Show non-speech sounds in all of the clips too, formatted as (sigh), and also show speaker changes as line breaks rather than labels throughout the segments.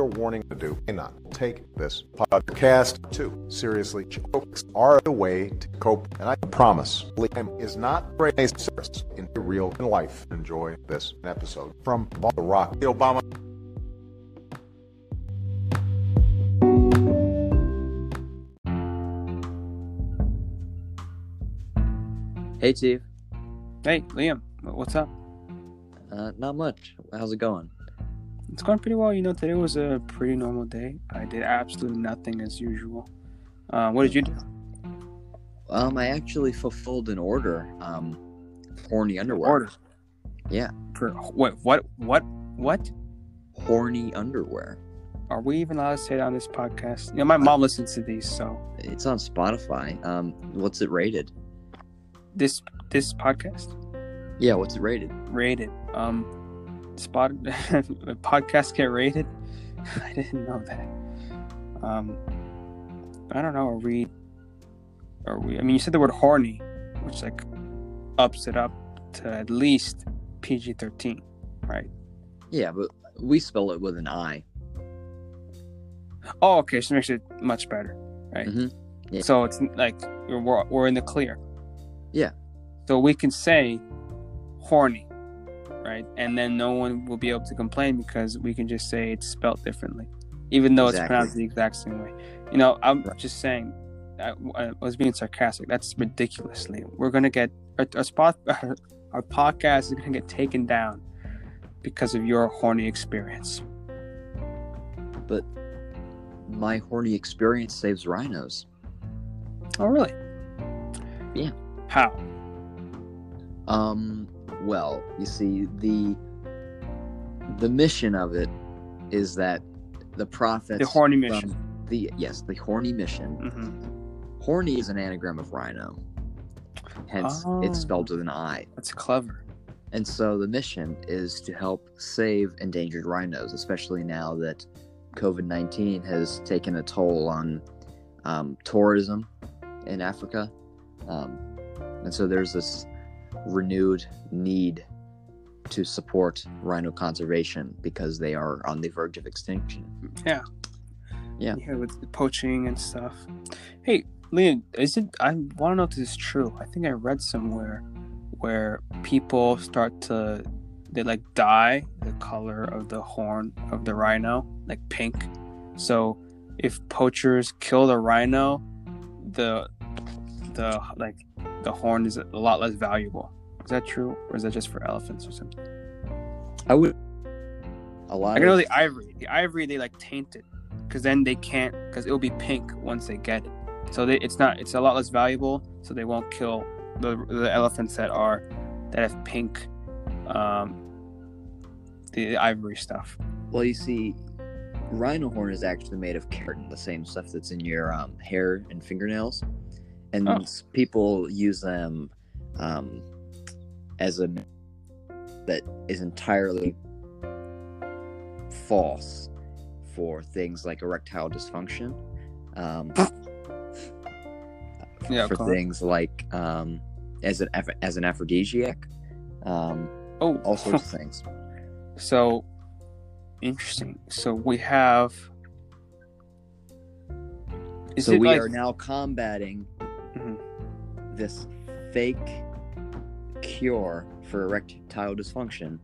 warning to do and not take this podcast too seriously. Jokes are the way to cope, and I promise Liam is not great service in real life. Enjoy this episode from The Rock, the Obama.
Hey, Steve.
Hey, Liam, wh- what's up?
Uh, not much. How's it going?
It's going pretty well. You know, today was a pretty normal day. I did absolutely nothing as usual. Uh, what did you do?
Um, I actually fulfilled an order. Um, horny underwear.
Order.
Yeah.
For what? What? What? What?
Horny underwear.
Are we even allowed to say that on this podcast? You know, my mom listens to these, so
It's on Spotify. Um, what's it rated?
this this podcast
Yeah, what's it rated?
rated. Um, spot (laughs) podcast get rated. (laughs) I didn't know that. Um, I don't know. Are we? Are we? I mean, you said the word horny, which like ups it up to at least PG thirteen, right?
Yeah, but we spell it with an I.
Oh, okay. So it makes it much better, right?
Mhm. Yeah.
So it's like we're, we're in the clear.
Yeah.
So we can say horny, right? And then no one will be able to complain because we can just say it's spelt differently, even though it's
Exactly.
pronounced the exact same way. You know, I'm
Right.
just saying, I, I was being sarcastic. That's ridiculously. We're going to get our, our spot, (laughs) our podcast is going to get taken down because of your horny experience.
My horny experience saves rhinos.
Oh, really?
Yeah.
How?
Um, well, you see, the the mission of it is that the prophets
the horny
from
mission.
the yes, the horny mission
hmm
Horny is an anagram of rhino. Hence, it's
Oh.
spelled with an I.
That's clever.
And so the mission is to help save endangered rhinos, especially now that COVID 19 has taken a toll on um, tourism in Africa. Um, and so there's this renewed need to support rhino conservation because they are on the verge of extinction. Yeah.
Yeah, with the poaching and stuff. Hey, Leon, is it? I want to know if this is true. I think I read somewhere where people start to they like dye the color of the horn of the rhino like pink. So if poachers kill the rhino, the the like the horn is a lot less valuable. Is that true, or is that just for elephants or something?
I would. A lot
I can know
of
the ivory. The ivory they like taint it, because then they can't, because it'll be pink once they get it. So they, it's not, it's a lot less valuable. So they won't kill the, the elephants that are that have pink, um, the ivory stuff.
Well, you see, rhino horn is actually made of keratin, the same stuff that's in your um, hair and fingernails, and
Oh.
s- people use them um, as a that is entirely false for things like erectile dysfunction, um,
Yeah.
for
cool.
things like um, as an aph- as an aphrodisiac, um,
Oh,
all sorts of things.
(laughs) So interesting. So we have. Is
so
it
we
like,
are now combating
Mhm.
this fake cure for erectile dysfunction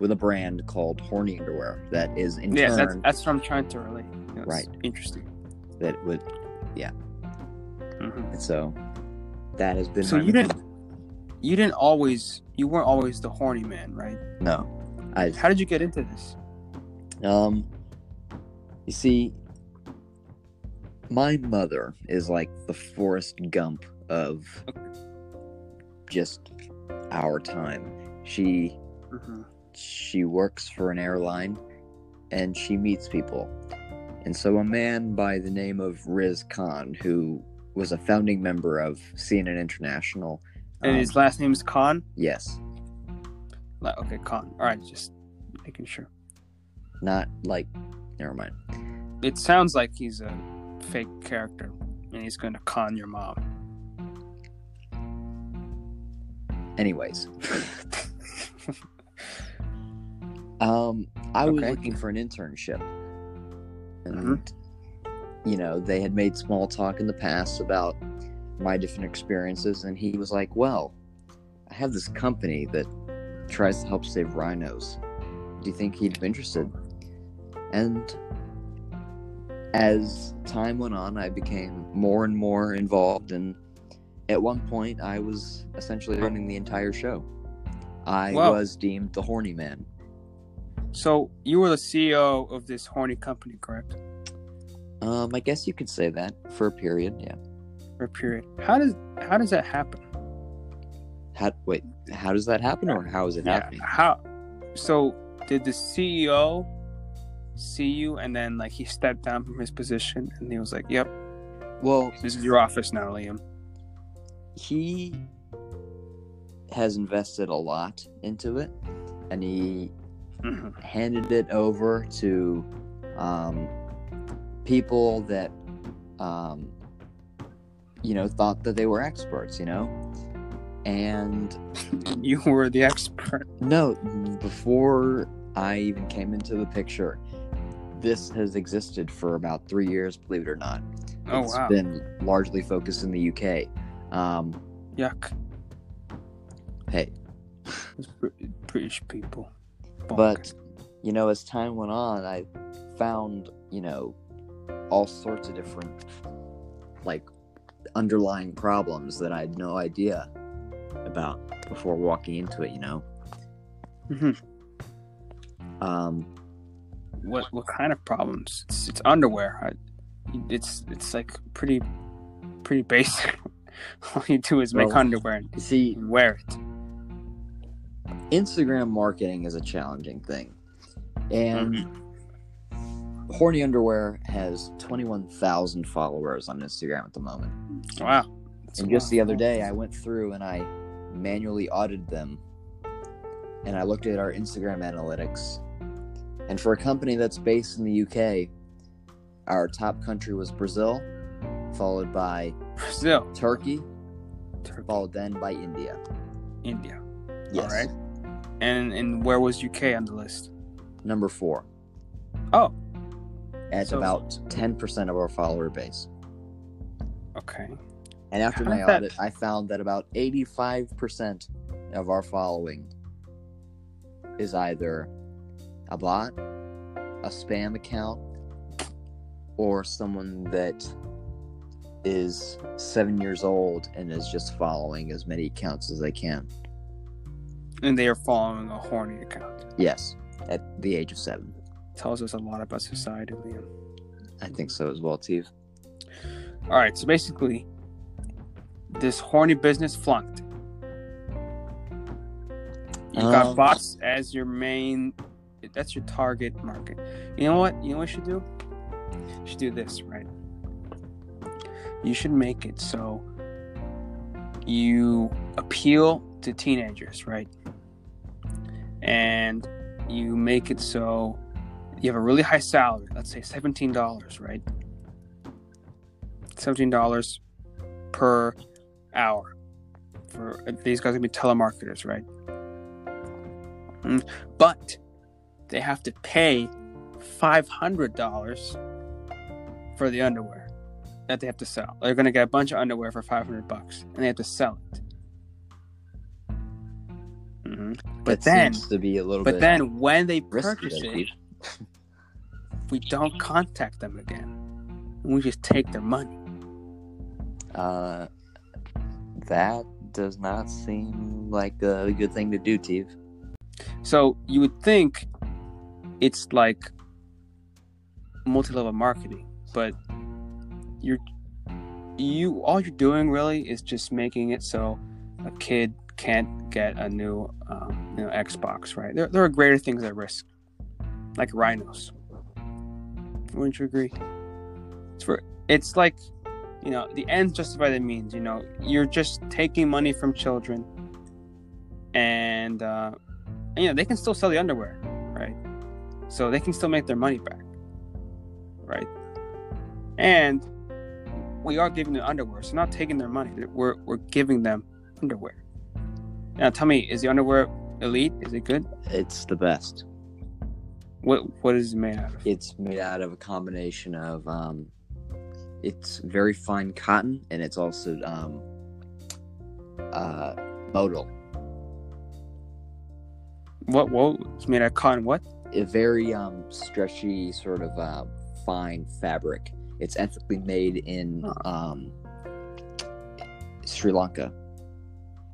with a brand called Horny Underwear that is in
Yeah, that's,
turn
that's what I'm trying to relate. You know, it's
Right.
Interesting.
that would
hmm
and so that has been
So
my
you
mission.
You didn't always, you weren't always the horny man, right?
no I
How did you get into this?
um you see my mother is like the Forrest Gump of just our time she
Mm-hmm.
she works for an airline and she meets people. And so a man by the name of Riz Khan, who was a founding member of CNN International.
And
um,
his last name's Khan.
yes,
Like, okay, Khan. All right, just making sure.
not like, never mind.
It sounds like he's a fake character, and he's going to con your mom.
Anyways, um, I was
Okay.
Um, looking for an internship and you know they had made small talk in the past about my different experiences and he was like well i have this company that tries to help save rhinos do you think he'd be interested and as time went on i became more and more involved and at one point i was essentially running the entire show i
Wow.
was deemed the horny man
So you were the CEO of this horny company, correct?
um i guess you could say that for a period yeah
For a period. How does how does that happen?
how wait how does that happen or how is it happening
How? So did the CEO see you, and then like he stepped down from his position, and he was like, "Yep,
well
this is your office now, Liam."
he has invested a lot into it and he
hmm
handed it over to um, people that um, you know thought that they were experts you know and
(laughs) You were the expert.
no before i even came into the picture this has existed for about three years believe it or not
Oh
It's
wow,
been largely focused in the uk um,
yuck!
hey
Those Br- British people. Bonk.
but you know as time went on i found you know all sorts of different like underlying problems that i had no idea about before walking into it you know
Mhm.
um
what what kind of problems? It's, it's underwear. I, it's it's like pretty pretty basic. (laughs) All you do is make
Well-
underwear and
you see
wear it.
instagram marketing is a challenging thing and horny underwear has 21000 followers on instagram at the moment
Wow. That's
And
a
just
lot.
the other day, I went through and I manually audited them. And I looked at our Instagram analytics. And for a company that's based in the UK, our top country was Brazil, followed by
Brazil,
Turkey,
Turkey,
followed then by India.
India.
Yes.
All right. And and where was UK on the list?
Number four.
Oh,
At
So-
about 10% of our follower base.
okay.
And after
How
my
did that-
audit, I found that about 85% of our following is either a bot, a spam account, or someone that is seven years old and is just following as many accounts as they can.
And they are following a horny account.
Yes, at the age of seven.
Tells us a lot about society, Liam.
I think so as well, Steve.
All right. So basically, this horny business flunked. You
Um,
got bots as your main. That's your target market. You know what? You know what you should do? You should do this, right? You should make it so you appeal to teenagers, right? And you make it so you have a really high salary, let's say $17, right? $17 per hour for these guys are gonna be telemarketers, right? Mm, But they have to pay $500 for the underwear that they have to sell. They're going to get a bunch of underwear for 500 bucks and they have to sell it. hmm
that
But then
seems to be a little
but
bit
then when they
risky,
purchase
though,
it,
Steve.
we don't contact them again. We just take their money.
Uh, that does not seem like a good thing to do, Steve.
So you would think it's like multi-level marketing, but you're you all you're doing really is just making it so a kid can't get a new um, you know Xbox, right? There, there are greater things at risk, like rhinos. Wouldn't you agree? It's for it's like you know the ends justify the means. You know you're just taking money from children, and uh, you know they can still sell the underwear, right? So they can still make their money back, right? And we are giving them underwear, so not taking their money. We're we're giving them underwear. Now tell me, is the underwear elite? Is it good?
It's the best.
What what is it made out of?
It's made out of a combination of um, it's very fine cotton and it's also um, uh, modal.
What what it's made out of cotton? What?
a very um, stretchy sort of uh, fine fabric. It's ethically made in um, Sri Lanka,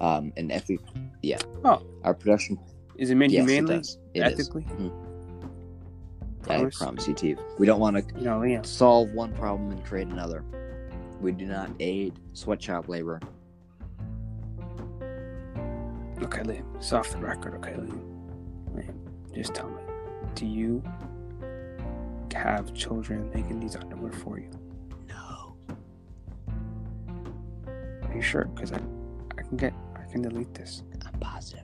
um, and ethically, yeah.
Oh.
our production.
Is it made
yes, it
humanely?
does. It is. Mm-hmm.
ethically?
I
Promise?
promise you, Steve. We don't want
You know, yeah.
to solve one problem and create another. We do not aid sweatshop labor.
Okay, Liam. It's off the record. Okay, Liam. Liam, just tell me. Do you have children making these underwear for you?
No.
Are you sure? Because I, I can get, I can delete this.
I'm positive.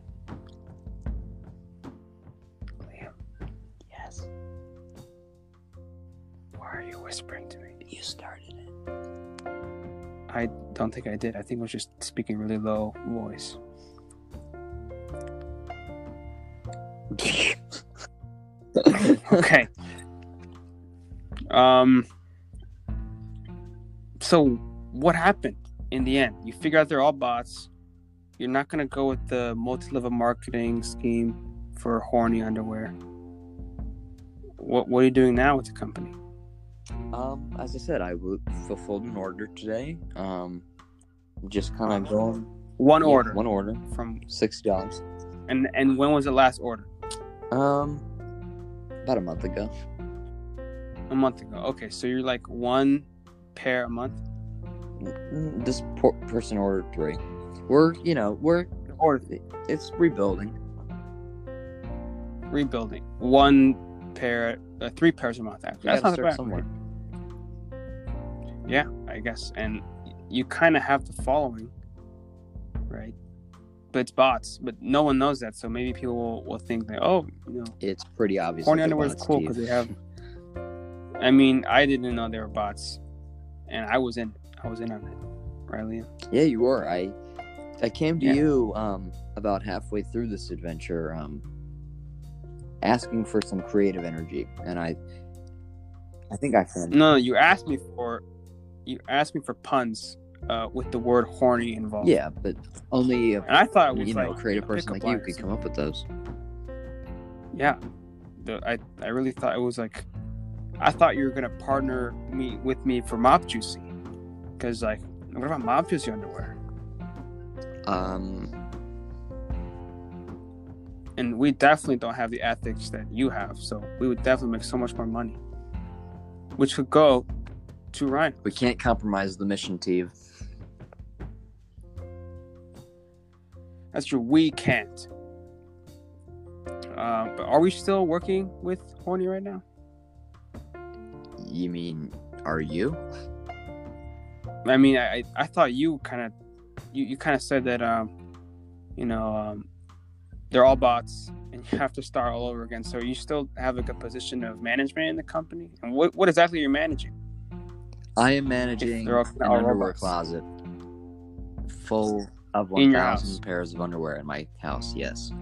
Liam,
Oh, Yes,
why are you whispering to me?
you started it.
I don't think I did. I think I was just speaking really low voice. okay. Um. So, what happened in the end? You figure out they're all bots. You're not gonna go with the multi-level marketing scheme for horny underwear. What What are you doing now with the company?
(laughs) Um, as I said, I w- fulfilled an order today. Um, just kind of going
One
Yeah,
order
One order,
from
sixty dollars.
and and when was the last order?
Um, about a month ago.
A month ago. Okay, so you're like one pair a month.
Mm, This por- person ordered three. We're, you know, we're
Order
it's rebuilding.
rebuilding. One pair, uh, three pairs a month. Actually,
We
that's
gotta
not
start
bad.
somewhere.
Yeah, I guess. And you kind of have the following, right? But it's bots, but no one knows that. So maybe people will, will think that, oh, you know,
It's pretty obvious.
horny
that they're
underwear is
bots,
cool
Steve.
because they have. I mean, I didn't know they were bots, and I was in. I was in on it, right, Liam?
Yeah, you were. I I came to
Yeah.
you um about halfway through this adventure um asking for some creative energy, and I I think I found.
No, you asked me for, you asked me for puns, uh, with the word horny involved.
Yeah, but only a,
and I thought it was
you
like
know, a creative person like
pickup
you
line or
could
something.
come up with those.
Yeah, the, I I really thought it was like, I thought you were gonna partner me with me for Mop Juicy, because like, what about Mop Juicy underwear?
Um,
And we definitely don't have the ethics that you have, so we would definitely make so much more money, which would go to Ryan.
we can't compromise the mission, Teve.
That's true. We can't. Uh, but are we still working with Horny right now?
You mean, are you?
I mean, I I- I thought you kind of you, you kind of said that um you know um they're all bots and you have to start all over again. So you still have like a position of management in the company, and what what exactly you're managing?
I am managing
They're all-
an
all
underwear
robots.
closet full of
In
one
your house.
thousand pairs of underwear in my house. Yes.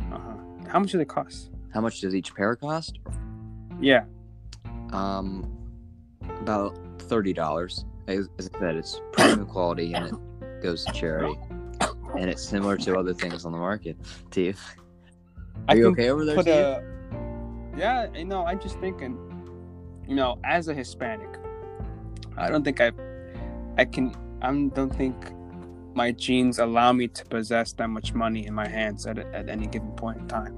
Uh-huh. How much do they cost?
How much does each pair cost?
Yeah,
Um, about thirty dollars. As as I said, it's premium quality and it goes to charity, and it's similar to other things on the market. Teve, are you okay over there?
put
Steve?
a yeah. You know, I'm just thinking. You know, as a Hispanic, I don't think I I can. I don't think my genes allow me to possess that much money in my hands at, at any given point in time.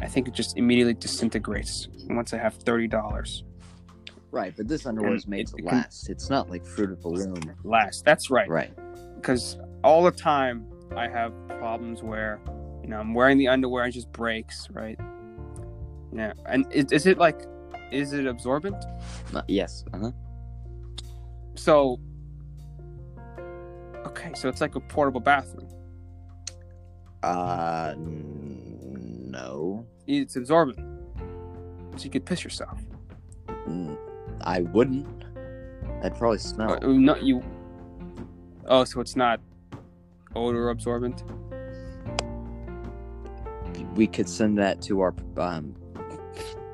I think it just immediately disintegrates once I have thirty dollars
Right, but this underwear
And
is made
it-
to
it can-
last. It's not like fruit of the loom.
last. That's right.
Right.
because all the time I have problems where you know I'm wearing the underwear and it just breaks, right? Yeah, and is, is it like, is it absorbent?
Uh, yes. Uh-huh.
So, okay, so it's like a portable bathroom.
Uh n- no.
It's absorbent, so you could piss yourself.
N- I wouldn't. I'd probably smell.
Uh, no, you. Oh, so it's not odor absorbent.
We could send that to our um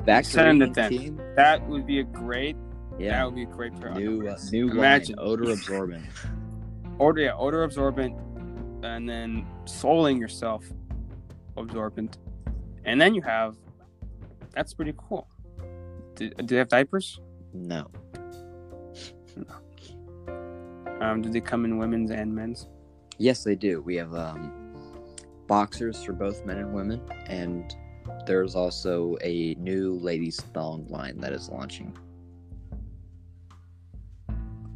Back
Send
to
it then.
team.
That would be a great. That
Yeah.
would be a great pair. of
New uh,
underwears.
new
Imagine.
line, odor
(laughs)
absorbent.
Odor, yeah, odor absorbent, and then soling yourself absorbent, and then you have. That's pretty cool. Do, do they have diapers?
No.
Um, do they come in women's and men's?
Yes, they do. We have um, boxers for both men and women, and there's also a new ladies thong line that is launching.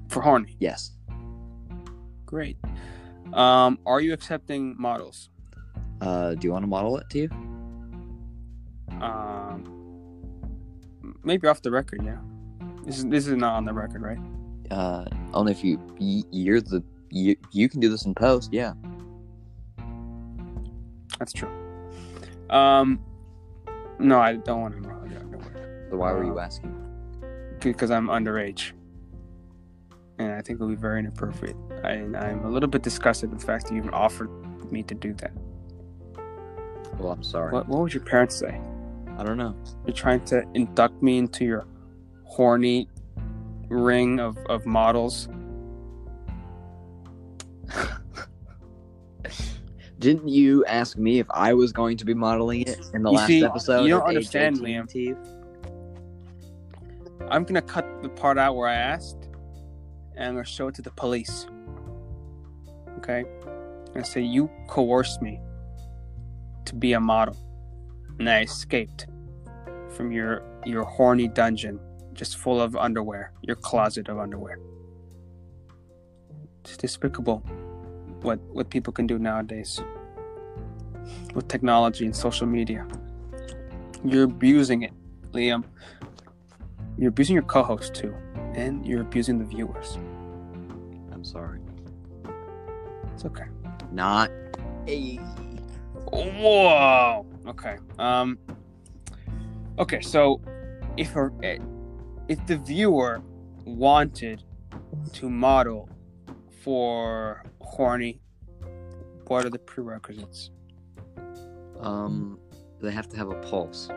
For horny.
Yes.
Great. Um, are you accepting models?
Uh, do you want to model it to you?
Um, maybe off the record, yeah. This is this is not on the record, right?
Uh, only if you y- you're the you you can do this in post. Yeah.
That's true. Um, no, I don't want to model. Yeah, don't worry.
So why were you asking?
because I'm underage, and I think it would be very inappropriate. I, I'm a little bit disgusted with the fact that you even offered me to do that.
Well, I'm sorry.
What What would your parents say?
I don't know.
You're trying to induct me into your horny ring of, of models.
Didn't you ask me if I was going to be modeling it in the
You
last
see,
episode?
you don't
at age
understand,
18,
Liam.
Steve?
I'm gonna cut the part out where I asked, and I'm gonna show it to the police. Okay, and say you coerced me to be a model, and I escaped from your your horny dungeon, just full of underwear, your closet of underwear. It's despicable what what people can do nowadays with technology and social media. You're abusing it, Liam. You're abusing your co-host too, and you're abusing the viewers.
I'm sorry.
It's okay.
Not a.
Whoa. Okay. Um. Okay. So, if her, eh, if the viewer wanted to model for horny, what are the prerequisites?
Um, they have to have a pulse.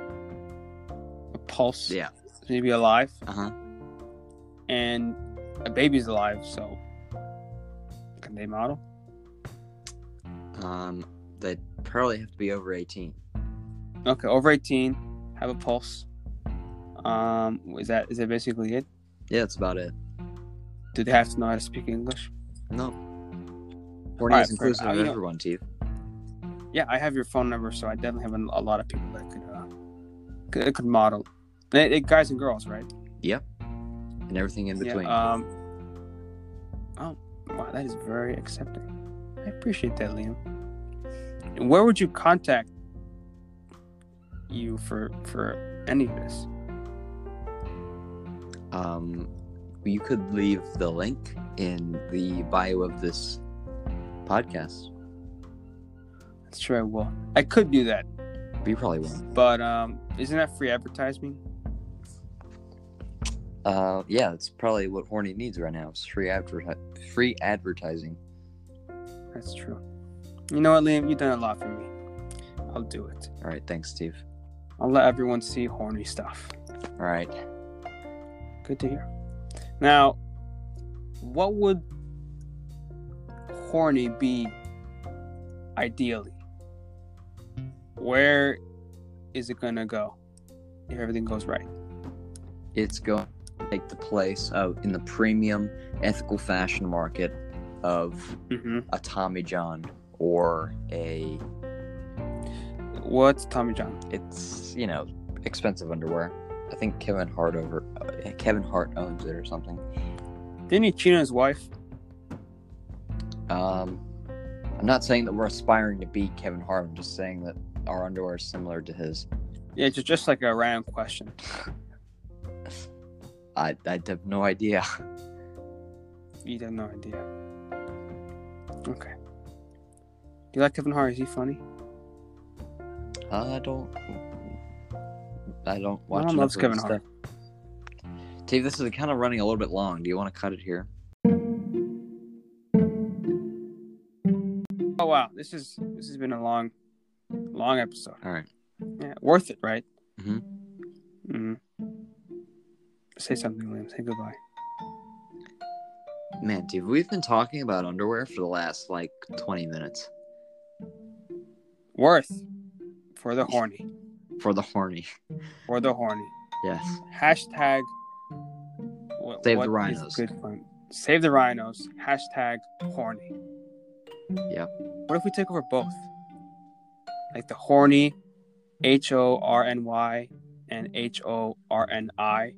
A pulse.
Yeah.
Maybe alive,
Uh huh.
and a baby's alive. So, can they model?
Um, they probably have to be over 18.
Okay. Over eighteen, have a pulse. Um. Is that is that basically it?
Yeah, that's about it.
Do they have to know how to speak English?
No. Horny
Alright,
is inclusive
fair. Uh,
of
you know-
everyone, Steve.
Yeah, I have your phone number, so I definitely have a, a lot of people that could uh, could, could model. They- they- guys and girls, right?
Yep. And everything in between.
Yeah. Um. Oh, wow, that is very accepting. I appreciate that, Liam. And where would you contact you for for any of this?
um, you could leave the link in the bio of this podcast.
That's true. I will. I could do that,
But you probably won't.
but um, isn't that free advertising?
Uh, yeah, that's probably what horny needs right now. It's free adverti- free advertising.
That's true. You know what, Liam? You've done a lot for me. I'll do it.
All right, thanks, Steve.
I'll let everyone see horny stuff.
All right,
Good to hear. Now, what would horny be ideally? Where is it going to go if everything goes right?
it's going to take the place of in the premium ethical fashion market of
Mm-hmm.
a Tommy John or a
What's Tommy John?
it's you know expensive underwear. I think Kevin Hart over uh, Kevin Hart owns it or something.
Didn't he cheat on his wife?
Um, I'm not saying that we're aspiring to be Kevin Hart. I'm just saying that our underwear is similar to his.
Yeah, just, just like a random question.
I, I have no idea. (laughs)
You have no idea. Okay. Do you like Kevin Hart? Is he funny?
I don't. I don't watch.
mom
enough
loves
of
Kevin
his
Hart.
stuff. Steve, this is kind of running a little bit long. Do you want to cut it here?
Oh wow, this is this has been a long, long episode.
All right.
Yeah, worth it, right?
Mhm.
Mm. Say something, Liam. Say goodbye.
Man, dude, we've been talking about underwear for the last like 20 minutes
Worth for the horny.
for the horny. (laughs)
For the horny.
Yes.
Hashtag. What,
Save the
is
rhinos.
good fun? Save the rhinos. Hashtag horny.
Yep.
What if we take over both? Like the horny, H O R N Y, and H O R N I.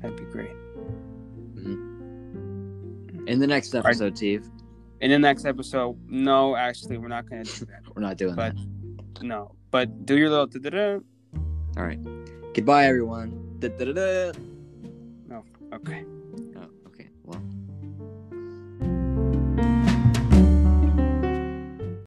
That'd be great.
In the next episode, Steve,
In the next episode, no, actually, we're not gonna do that.
we're not doing
But-
that.
No, but do your little da-da-da.
All right. Goodbye, everyone. Da-da-da-da.
Okay.
Oh,